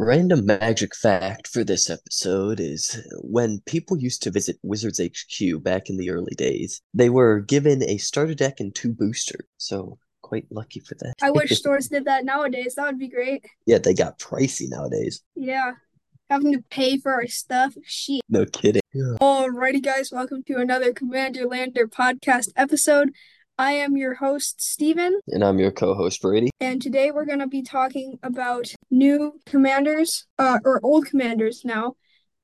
Random magic fact for this episode is when people used to visit Wizards HQ back in the early days, they were given a starter deck and two boosters. So quite lucky for that. I wish stores did that nowadays. That would be great. yeah, they got pricey nowadays. Yeah. Having to pay for our stuff. Shit. No kidding. Yeah. Alrighty, guys. Welcome to another Commander Lander podcast episode. I am your host, Steven, And I'm your co-host Brady. and today we're going to be talking about new commanders, uh, or old commanders now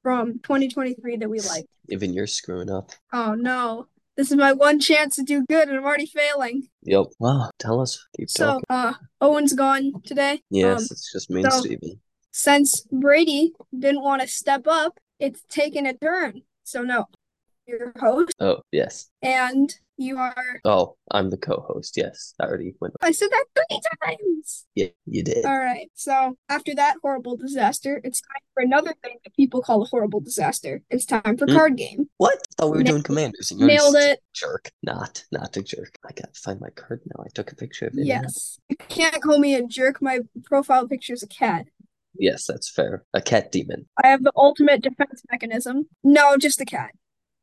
from 2023 that we like. Even you're screwing up. Oh, no. This is my one chance to do good, and I'm already failing. Yep. Wow. Tell us. Keep So, talking. uh, Owen's gone today. Yes, um, it's just me and so- Steven. since Brady didn't want to step up, it's taken a turn. So no, your host, Oh, yes. and you are. Oh, I'm the co-host. Yes. I already went. I said that three times. Yeah, you did. All right. So after that horrible disaster, it's time for another thing that people call a horrible disaster. It's time for Hmm. card game. What? Thought we were Nailed- doing commanders. and you're Nailed just a it. Jerk. Not, not a jerk. I gotta find my card now. I took a picture of it. Yes. You can't call me a jerk. My profile picture is a cat. Yes, that's fair. A cat demon. I have the ultimate defense mechanism. No, just a cat.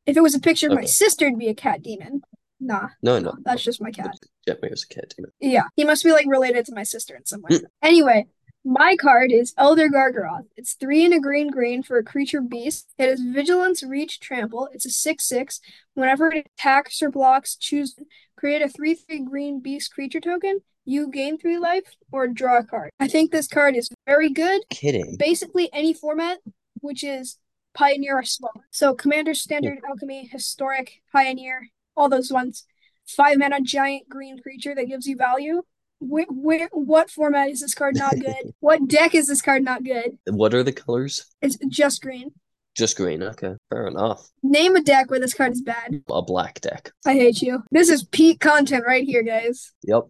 If it was a picture of my Okay. sister, it'd be a cat demon. Nah, No, no. that's just my cat. Jetmare's a cat demon. Yeah, he must be like related to my sister in some way. Anyway, my card is Elder Gargaroth. It's three and a green green for a creature beast. It has vigilance, reach, trample. It's a six six. Whenever it attacks or blocks, choose create a three three green beast creature token. You gain three life or draw a card. I think this card is very good. Kidding. Basically, any format, which is Pioneer or slower. So Commander, Standard, Alchemy, Historic, Pioneer, all those ones. Five mana, giant green creature that gives you value. Where, where, what format is this card not good? what deck is this card not good? What are the colors? It's just green. Just green. Okay, fair enough. Name a deck where this card is bad. A black deck. I hate you. This is peak content right here, guys. Yep.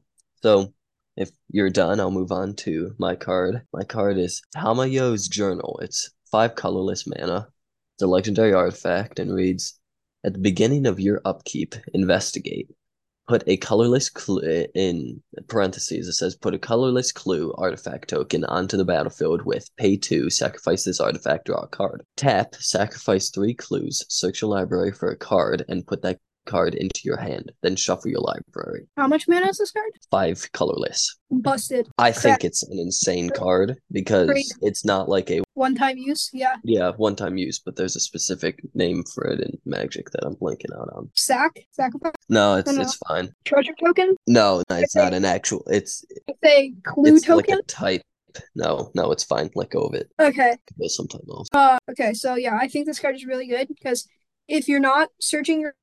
So if you're done, I'll move on to my card. My card is Tamayo's Journal. It's five colorless mana. It's a legendary artifact and reads At the beginning of your upkeep, investigate. Put a colorless clue in parentheses. It says put a colorless clue artifact token onto the battlefield with pay two, sacrifice this artifact, draw a card. Tap, sacrifice three clues, search your library for a card, and put that card into your hand. Then shuffle your library How much mana is this card? five colorless. Busted. I Crap. think it's an insane card because Great. it's not like a One time use. Yeah. yeah one time use, but there's a specific name for it in Magic that I'm blanking out on. Sack. Sacrifice. No, it's no. it's fine. Treasure token. No, no, it's not an actual. It's It's a clue it's token. like a type. No, no, it's fine. Let go of it. okay. It goes sometime else. Uh, okay, so yeah, I think this card is really good because if you're not searching your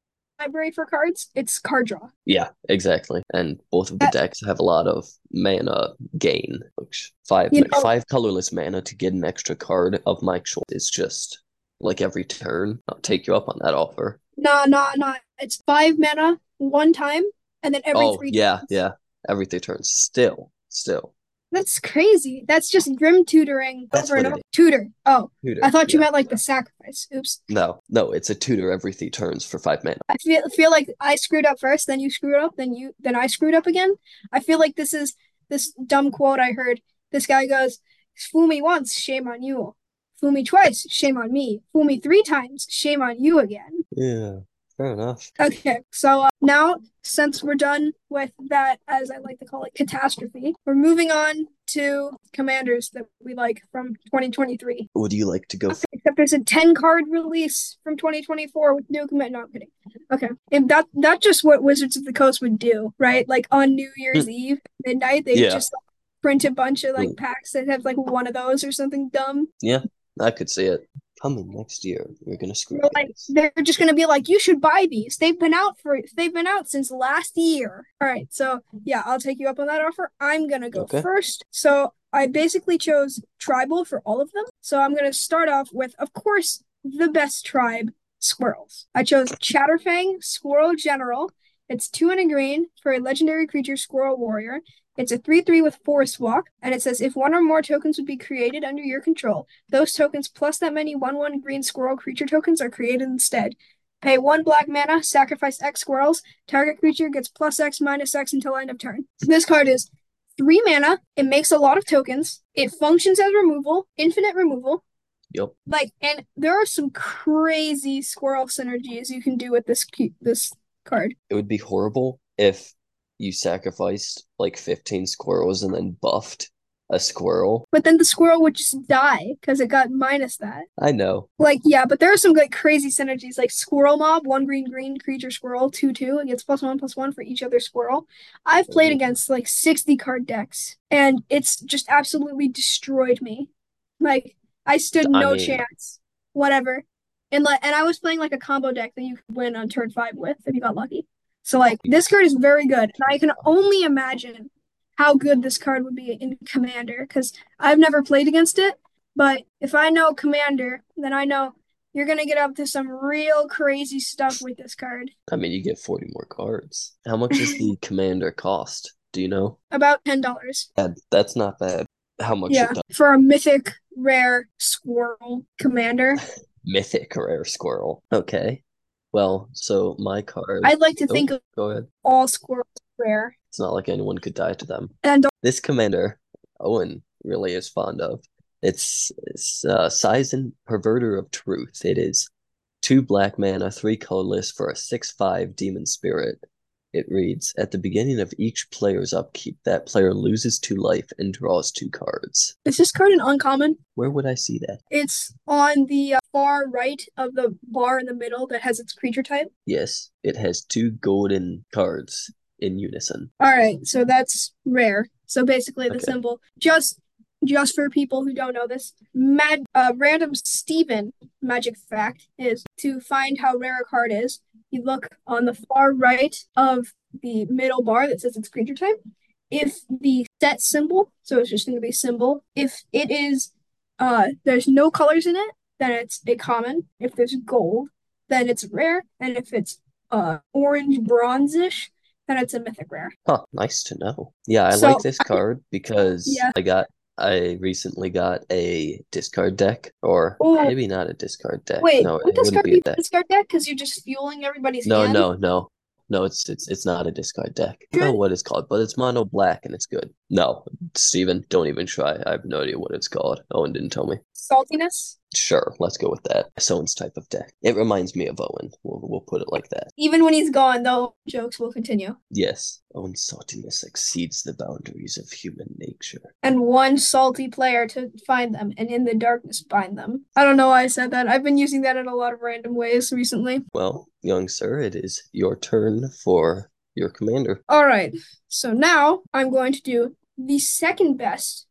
library for cards, it's card draw. Yeah, exactly. And both of the That- decks have a lot of mana gain. Which five You know- five colorless mana to get an extra card of my choice is just like every turn. I'll take you up on that offer. Nah, nah, nah. It's five mana one time, and then every oh three yeah turns. yeah every three turns still still That's crazy. That's just grim tutoring That's over and what it over. Tutor. Oh, tutor I thought you yeah. meant like the sacrifice. Oops. no no it's a tutor every three turns for five mana I feel feel like I screwed up first, then you screwed up, then you then I screwed up again. I feel like this is this dumb quote I heard. This guy goes, "Fool me once, shame on you. Fool me twice, shame on me. Fool me three times, shame on you again." yeah fair enough Okay, so uh, now since we're done with that, as I like to call it, catastrophe, we're moving on to commanders that we like from 2023. would you like to go f- Except there's a 10 card release from 2024 with new commit. No, I'm kidding. Okay. And that that's just what Wizards of the Coast would do, right? Like on New Year's Eve, midnight, they Yeah. just like, print a bunch of like Mm. packs that have like one of those or something dumb. i could see it coming next year you're gonna screw Well, like- things. They're just gonna be like, you should buy these. They've been out for they've been out since last year. All right, so yeah, I'll take you up on that offer. I'm gonna go Okay. first. So I basically chose tribal for all of them. So I'm gonna start off with, of course, the best tribe, squirrels. I chose Chatterfang, Squirrel General. It's two and a green for a legendary creature, Squirrel Warrior. It's a 3 3 with Forest Walk, and it says if one or more tokens would be created under your control, those tokens plus that many 1 1 green squirrel creature tokens are created instead. Pay 1 black mana, sacrifice X squirrels. Target creature gets plus X minus X until end of turn. This card is three mana. It makes a lot of tokens. It functions as removal, infinite removal. Yep. Like, and there are some crazy squirrel synergies you can do with this cu- this card. It would be horrible if you sacrificed like 15 squirrels and then buffed a squirrel. But then the squirrel would just die because it got minus that. I know. Like, yeah, but there are some like crazy synergies, like squirrel mob, one green green creature squirrel, two two, it gets plus one plus one for each other squirrel. I've played Ooh. against like sixty card decks, and it's just absolutely destroyed me. Like, I stood I no mean- chance. Whatever, and like, and I was playing like a combo deck that you could win on turn five with if you got lucky. So like, this card is very good, and I can only imagine how good this card would be in Commander because I've never played against it. But if I know Commander, then I know you're gonna get up to some real crazy stuff with this card. I mean, you get 40 more cards. How much does the commander cost? Do you know? About ten dollars. That, that's not bad. How much Yeah, it does? for a mythic rare squirrel commander. Mythic rare squirrel. Okay. Well, so my card. Oh, I'd like to think of Go ahead. all squirrels rare. It's not like anyone could die to them. And This commander, Owen really is fond of. It's, it's uh, Sizen Perverter of Truth. It is two black mana, three colorless for a 6 5 demon spirit. It reads At the beginning of each player's upkeep, that player loses two life and draws two cards. is this card an uncommon? Where would I see that? It's on the uh, far right of the bar in the middle that has its creature type. Yes, it has two golden cards in unison. All right, so that's rare. So basically, the Okay. symbol just just for people who don't know this, mad uh, random Steven magic fact is to find how rare a card is. You look on the far right of the middle bar that says its creature type. If the set symbol, so it's just going to be symbol. If it is, uh, there's no colors in it, then it's a common. If there's gold, then it's rare, and if it's uh orange bronzish, then it's a mythic rare. Huh, nice to know. Yeah, I So, like this card because yeah. I got I recently got a discard deck, or Ooh. maybe not a discard deck. Wait, no, would it this wouldn't card be a be deck. discard deck? Because you're just fueling everybody's No, hand. no, no. No, it's it's it's not a discard deck. I don't Good. know what it's called, but it's mono black and it's good. No, Steven, don't even try. I have no idea what it's called. Owen didn't tell me. Saltiness. Sure, let's go with that. Someone's type of deck. It reminds me of Owen. We'll we'll put it like that. Even when he's gone, though, jokes will continue. Yes, Owen's saltiness exceeds the boundaries of human nature. And one salty player to find them, and in the darkness bind them. I don't know why I said that. I've been using that in a lot of random ways recently. Well, young sir, it is your turn for your commander. All right. So now I'm going to do the second best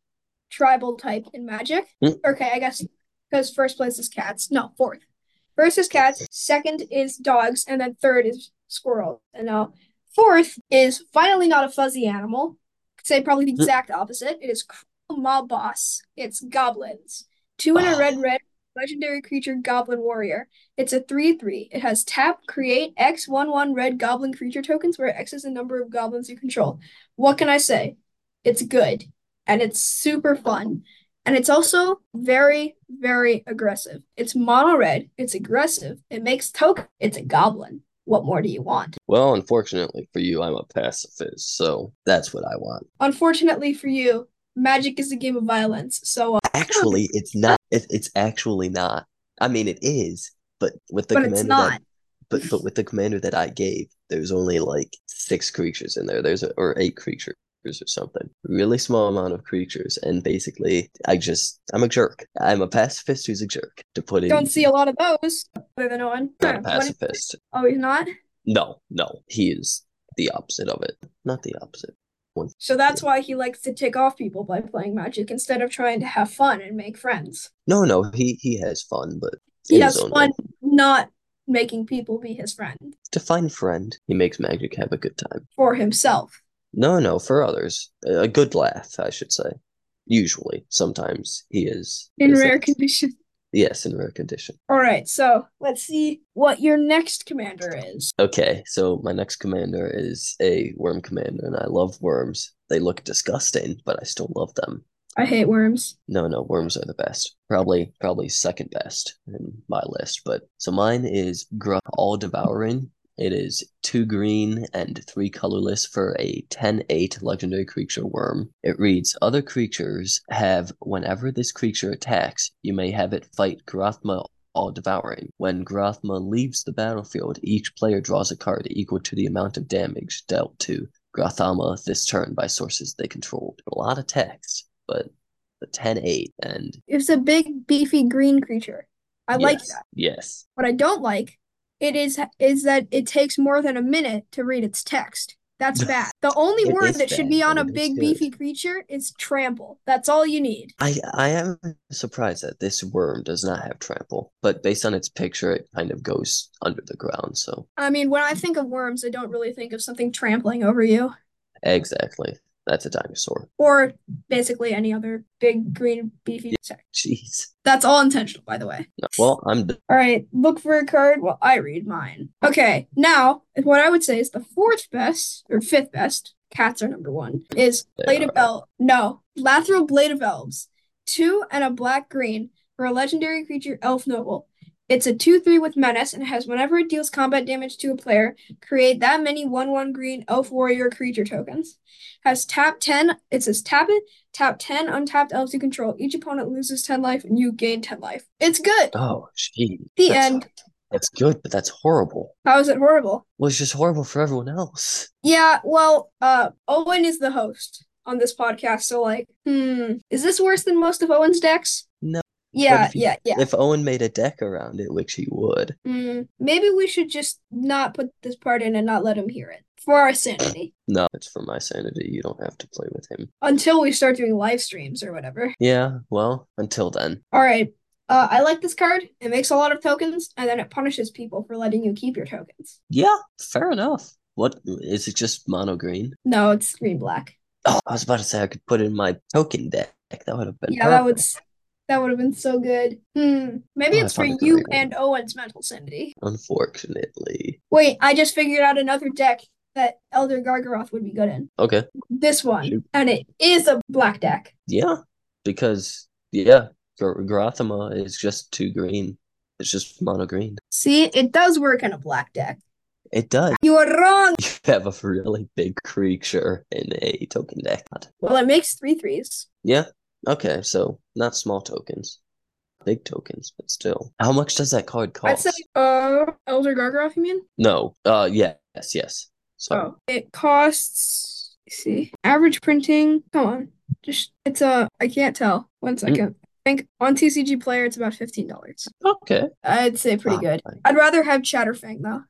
tribal type in Magic. Mm. Okay, I guess because first place is cats. No, fourth. First is cats, second is dogs, and then third is squirrels. And now fourth is finally not a fuzzy animal. I'd Say probably the Mm. exact opposite. It is Cruel mob boss. It's goblins. Two in a Ah. red red legendary creature goblin warrior. It's a 3 3. It has tap, create, X, 1 1 red goblin creature tokens, where X is the number of goblins you control. What can I say? It's good and it's super fun. And it's also very, very aggressive. It's mono red, it's aggressive, it makes token, it's a goblin. What more do you want? Well, unfortunately for you, I'm a pacifist, so that's what I want. Unfortunately for you, magic is a game of violence, so uh, Actually, it's not. It, it's actually not. I mean, it is, but with the but commander it's that, not. but but with the commander that I gave, there's only like six creatures in there. There's a, or eight creatures or something. Really small amount of creatures, and basically, I just I'm a jerk. I'm a pacifist who's a jerk. To put it, Don't see a lot of those other than on. not a Huh, what if- pacifist. Oh, he's not? No, no, he is the opposite of it. Not the opposite. So that's why he likes to tick off people by playing Magic instead of trying to have fun and make friends. No, no, he he has fun, but He in has his own fun way. not making people be his friend Define friend. He makes magic have a good time. for himself. No, no, for others, a a good laugh, I should say. Usually, sometimes he is In is rare that- condition. yes, in rare condition. All right, so let's see what your next commander is. Okay, so my next commander is a worm commander, and I love worms. They look disgusting, but I still love them. I hate worms. No, no, worms are the best. Probably, probably second best in my list. But so mine is Grunt All Devouring. It is two green and three colorless for a 10 8 legendary creature worm. It reads Other creatures have, whenever this creature attacks, you may have it fight Grathma all devouring. When Grathma leaves the battlefield, each player draws a card equal to the amount of damage dealt to Grathama this turn by sources they controlled. A lot of text, but the 10 8 and It's a big, beefy green creature. I like Yes, that. Yes. What I don't like it is is that it takes more than a minute to read its text. That's bad. The only It word is that should bad, be on but a it is big, good. beefy creature is trample. That's all you need. I I am surprised that this worm does not have trample, but based on its picture, it kind of goes under the ground. So I mean, when I think of worms, I don't really think of something trampling over you exactly, that's a dinosaur. or basically any other big, green, beefy insect. Jeez. That's all intentional, by the way. Well, I'm All right, look for a card while I read mine. Okay, now what I would say is the fourth best or fifth best. Cats are number one. Is They Blade of are. Elves? No, Lathral Blade of Elves. Two and a black green for a legendary creature, Elf Noble. It's a two-three with menace and has whenever it deals combat damage to a player, create that many one-one green Elf Warrior creature tokens. Has tap ten. It says tap it, tap ten untapped elves you control. Each opponent loses ten life and you gain ten life. It's good. oh, jeez. The That's- end. That's good, but that's horrible. How is it horrible? Well, it's just horrible for everyone else. Yeah, well, uh, Owen is the host on this podcast, so like, hmm, is this worse than most of Owen's decks? No, Yeah, if you- yeah, yeah. If Owen made a deck around it, which he would, Hmm, maybe we should just not put this part in and not let him hear it for our sanity no, it's for my sanity. You don't have to play with him. until we start doing live streams or whatever. Yeah, well, until then. All right. Uh, I like this card. It makes a lot of tokens, and then it punishes people for letting you keep your tokens. Yeah, fair enough. What is it just mono green? No, it's green black. Oh, I was about to say I could put it in my token deck. That would have been Yeah, that would perfect. s- that would have been so good. Hmm. Maybe Oh, I it's for found a you great one. and Owen's mental sanity. Unfortunately. Wait, I just figured out another deck that Elder Gargaroth would be good in. Okay. This one. Shoot. And it is a black deck. Yeah. Because yeah, Gr- Grothama is just too green. It's just mono green. See, it does work in a black deck. It does. You are wrong. You have a really big creature in a token deck. Well, it makes three threes. Yeah. Okay, so not small tokens. Big tokens, but still. How much does that card I'd cost? say uh Elder Gargaroth, you mean? No. Uh yeah, yes, yes. Sorry. Oh. It costs let's see. Average printing. Come on. Just it's a I can't tell. Mm. One second. I think on TCG player it's about fifteen dollars. Okay. I'd say Oh, pretty Ah, good. I I'd rather have Chatterfang though.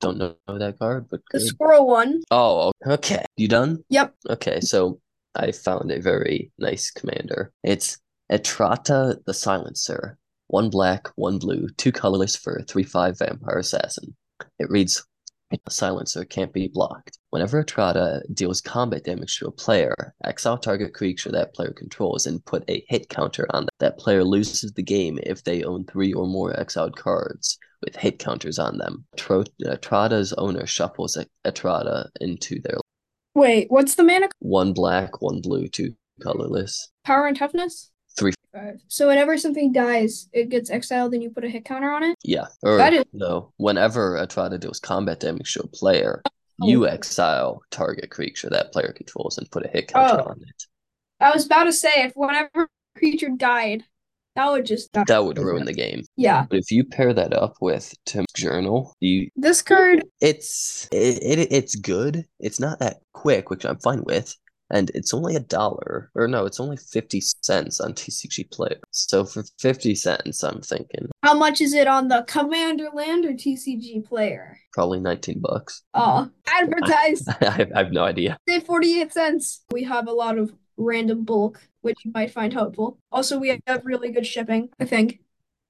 don't know that card, but The good. squirrel one. Oh, okay. You done? Yep. Okay, so I found a very nice commander. It's Etrata the Silencer. One black, one blue, two colorless for a 3 5 vampire assassin. It reads A silencer can't be blocked. Whenever Etrata deals combat damage to a player, exile target creature that player controls and put a hit counter on that. That player loses the game if they own three or more exiled cards with hit counters on them. Tro- Etrata's owner shuffles Etrata into their Wait, what's the mana one black, one blue, two colorless. Power and toughness? Three. Five. So whenever something dies, it gets exiled and you put a hit counter on it? Yeah. Or That is- no. Whenever a Trotta deals combat damage to a player, Oh. you exile target creature that player controls and put a hit counter Oh. on it. I was about to say, if whenever creature died, that would just. That would ruin the game. Yeah. But if you pair that up with Tim's journal, you This card, it's it, it it's good. It's not that quick, which I'm fine with. And it's only a dollar, or no, it's only 50 cents on TCG Player. So for 50 cents, I'm thinking how much is it on the Commander Land or TCG player? probably 19 bucks. Oh, advertise. I, I have no idea. Say 48 cents. We have a lot of random bulk, which you might find helpful. Also, we have really good shipping, I think.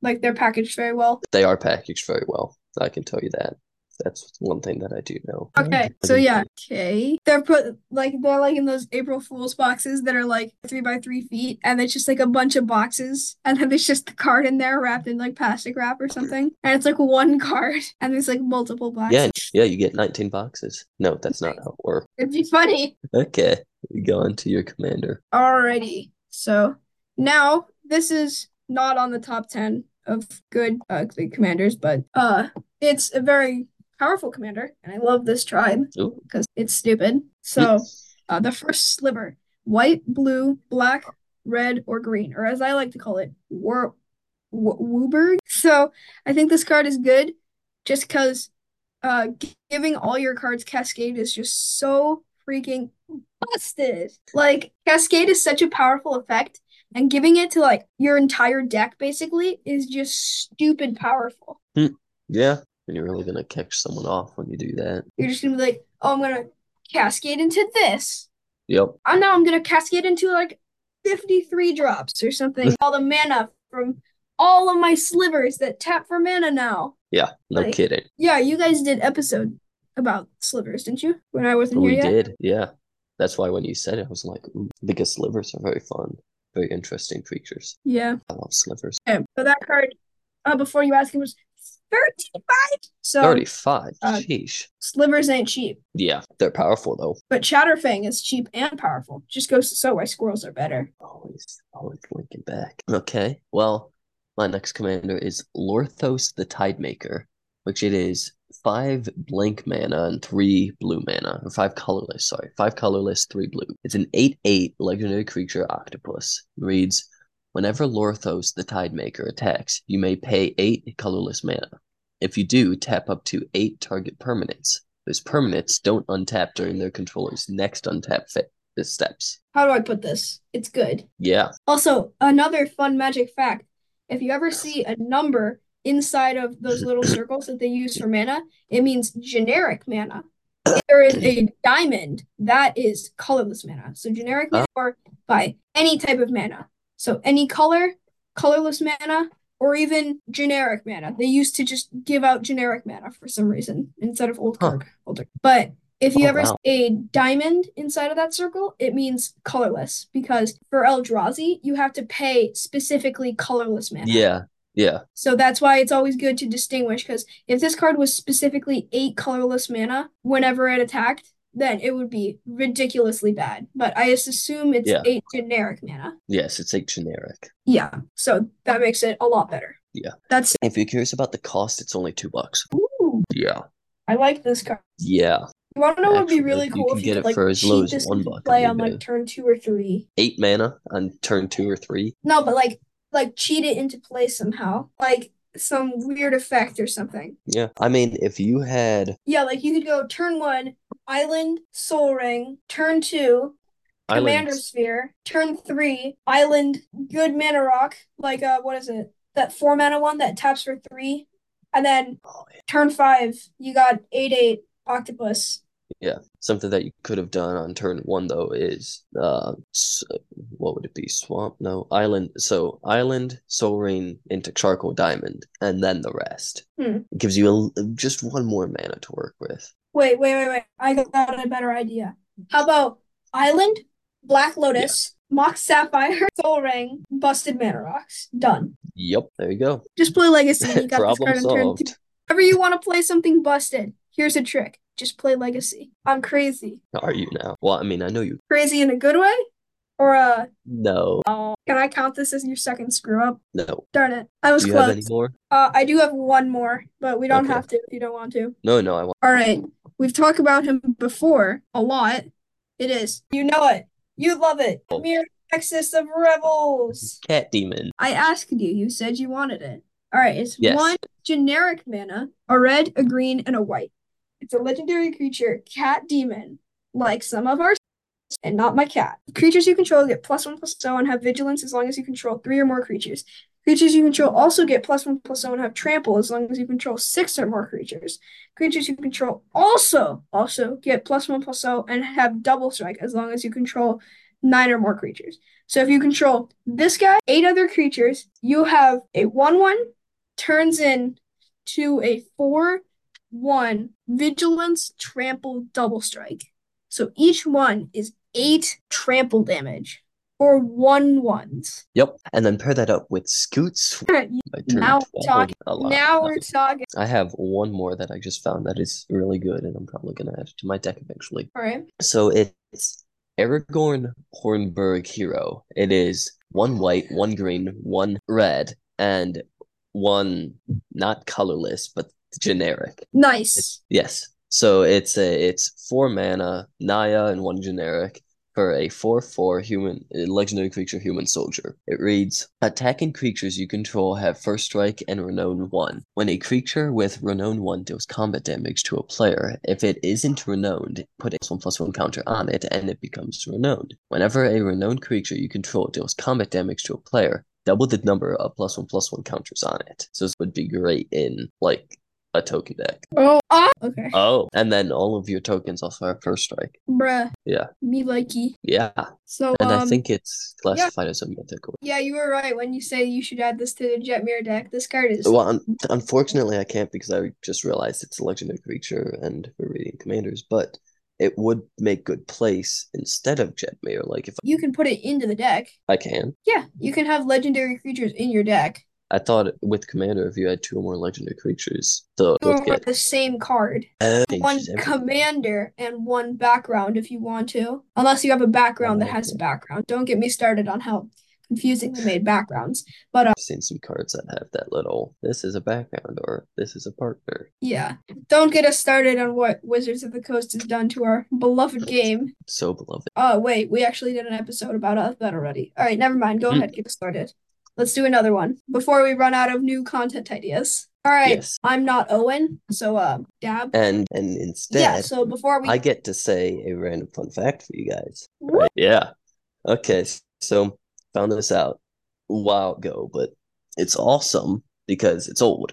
Like, they're packaged very well. they are packaged very well. I can tell you that. That's one thing that I do know. Okay, so yeah, okay. They're put like they're like in those April Fool's boxes that are like three by three feet, and it's just like a bunch of boxes, and then there's just the card in there wrapped in like plastic wrap or something, and it's like one card, and there's like multiple Yeah, boxes. yeah, you get 19 boxes. No, that's not how it works. It'd be funny. Okay, go on to your commander. Alrighty, so now this is not on the top ten of good uh, commanders, but uh, it's a very powerful commander, and I love this tribe Ooh. because it's stupid. So uh, the first sliver white, blue, black, red, or green, or as I like to call it, Wor- W- Wooburg. So I think this card is good just because uh, g- giving all your cards Cascade is just so freaking busted. Like, Cascade is such a powerful effect, and giving it to like your entire deck basically is just stupid powerful. Yeah. And you're really gonna catch someone off when you do that. You're just gonna be like, oh, I'm gonna Cascade into this. Yep. I know I'm gonna cascade into like 53 drops or something. all the mana from all of my slivers that tap for mana now. Yeah. No Like- kidding. Yeah, you guys did episode about slivers, didn't you? When I wasn't Oh, We here yet. did. Yeah. That's why when you said it, I was like, ooh, because slivers are very fun, very interesting creatures. Yeah. I love slivers. Okay. So that card, uh, before you ask, it was 35. So 35. uh, Sheesh. slivers ain't cheap, Yeah. They're powerful though. but Chatterfang is cheap and powerful. Just goes to show why squirrels are better. Always, always linking back. Okay, well, my next commander is Lorthos the Tidemaker, which it is five blank mana and three blue mana, or five colorless, sorry, five colorless, three blue. It's an 8 8 legendary creature octopus. It reads Whenever Lorthos the Tidemaker attacks, you may pay eight colorless mana. If you do, tap up to eight target permanents. Those permanents don't untap during their controller's next untap fa- steps. How do I put this? It's good. Yeah. Also, another fun magic fact if you ever see a number inside of those little circles that they use for mana, it means generic mana. If there is a diamond, that is colorless mana. So, generic mana or by any type of mana. So, any color, colorless mana, or even generic mana. They used to just give out generic mana for some reason instead of old Huh. card. Older. But if you Oh, ever wow. see a diamond inside of that circle, it means colorless because for Eldrazi, you have to pay specifically colorless mana. Yeah, yeah, So that's why it's always good to distinguish because if this card was specifically eight colorless mana whenever it attacked, then it would be ridiculously bad. But I just assume it's Yeah. eight generic mana. yes, it's like generic. Yeah. So that makes it a lot better. Yeah. That's If you're curious about the cost, it's only two bucks. ooh, Yeah, I like this card. yeah, You wanna know what would be Actually, really you cool can if get you could it like for as low cheat as this one into buck on play on eBay. like turn two or three. eight mana on turn two or three. No, but like like cheat it into play somehow. Like some weird effect or something. Yeah, I mean, if you had Yeah, like you could go turn one, Island, Soul Ring, turn two, Commander islands, Sphere, turn three, Island, Good Mana Rock, like uh what is it? That four mana one that taps for three. And then Oh, yeah. turn five, you got eight eight octopus. something that you could have done on turn one though is uh, s- what would it be? Swamp? No, island. So island, soul rain into charcoal diamond, and then the rest. Hmm. It gives you a, just one more mana to work with. Wait, wait, wait, wait. I got a better idea. How about Island, Black Lotus, Mock Sapphire, Soul Ring, Busted Mana Rocks. Done. Yep, there you go. Just play Legacy and you got this Problem card on turn two. solved. Whenever you want to play something busted, here's a trick. Just play Legacy. I'm crazy. Are you now? Well, I mean, I know you. Crazy in a good way? Or uh No, can I count this as your second screw up? no. Darn it. I was Do you close. have any more? Uh I do have one more, but we don't Okay. have to if you don't want to. No, no, I want. All right. We've talked about him before a lot. It is. You know it. You love it. Oh. Mere Nexus of Rebels. Cat Demon. I asked you. You said you wanted it. All right, it's Yes. one generic mana, a red, a green, and a white. It's a legendary creature, cat demon, like some of our and not my cat. Creatures you control get plus one plus zero and have vigilance as long as you control three or more creatures. Creatures you control also get plus one plus zero and have trample as long as you control six or more creatures. Creatures you control also also get plus one plus zero and have double strike as long as you control nine or more creatures. So if you control this guy, eight other creatures, you have a 1 1 turns in to a 4 1 vigilance trample double strike. So each one is eight trample damage or one ones. Yep. And then pair that up with Scoots. by turn Now we're 12. talking- A lot. Now we're talking. I have one more that I just found that is really good, and I'm probably going to add it to my deck eventually. All right. So it's Aragorn Hornburg Hero. It is one white, one green, one red, and one not colorless, but generic. Nice. Yes. So it's a it's four mana, Naya, and one generic for a four four human uh, legendary creature human soldier. It reads attacking creatures you control have first strike and renown one. When a creature with renown one deals combat damage to a player, if it isn't renowned, put a plus one plus one counter on it and it becomes renowned. Whenever a renowned creature you control deals combat damage to a player, double the number of plus one plus one counters on it. So this would be great in like a token deck. Oh, ah, okay. Oh, and then all of your tokens also have first strike. Bruh. Yeah. Me likey. Yeah, So, and um, I think it's classified as a mythical. yeah, you were right when you say you should add this to the Jet Mirror deck. This card is. Well, un- unfortunately, I can't because I just realized it's a legendary creature, and we're reading commanders. But it would make good place instead of Jetmere. Like if You can put it into the deck. I can, Yeah, you can have legendary creatures in your deck. I thought with commander, if you had two or more legendary creatures, the Or would get the same card. One changes everything. commander and one background if you want to. Unless you have a background Oh, that has a background. Don't get me started on how confusing they made backgrounds. But uh, I've seen some cards that have that little. This is a background, or this is a partner. yeah, don't get us started on what Wizards of the Coast has done to our beloved game. So beloved. Oh, wait, we actually did an episode about uh, that already. All right, never mind. Go Hmm. ahead, get us started. Let's do another one before we run out of new content ideas. All right, Yes, I'm not Owen, so uh, dab. and and instead, Yeah, so before we I get to say a random fun fact for you guys. Woo! right? Yeah. Okay. s- So found this out a while ago, but it's awesome because it's old.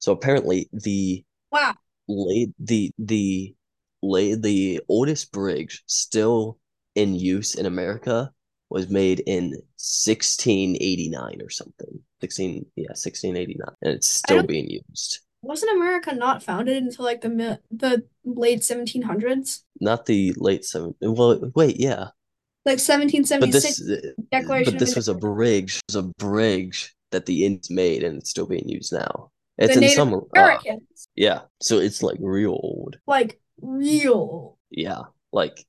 So apparently the Wow. late the the late the oldest bridge still in use in America was made in 1689 or something. 16 yeah, 1689 and it's still don't- being used. Wasn't America not founded until like the mi- the late 1700s? Not the late 7 well wait, yeah. Like But 1776 this Declaration But of this was a Independence. bridge, was a bridge that the Indians made, and it's still being used now. It's The in Native some, uh, Americans. yeah. So it's like real old, Like real. yeah, like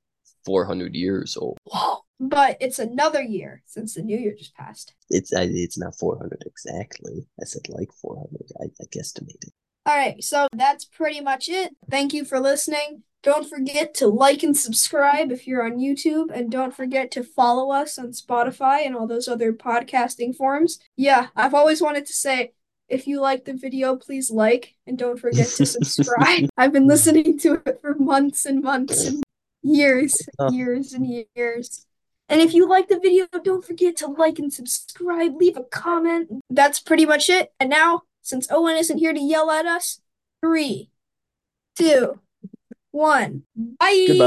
four hundred years old. Whoa. But it's another year since the new year just passed. It's I, it's not four hundred exactly. I said like four hundred. I, I guesstimated. All right, so that's pretty much it. Thank you for listening. Don't forget to like and subscribe if you're on YouTube, and don't forget to follow us on Spotify and all those other podcasting forums. Yeah, I've always wanted to say if you like the video, please like, and don't forget to subscribe. I've been listening to it for months and months and years, years and years. And if you like the video, don't forget to like and subscribe, leave a comment. That's pretty much it. And now, since Owen isn't here to yell at us, three, two, one. Bye. Goodbye.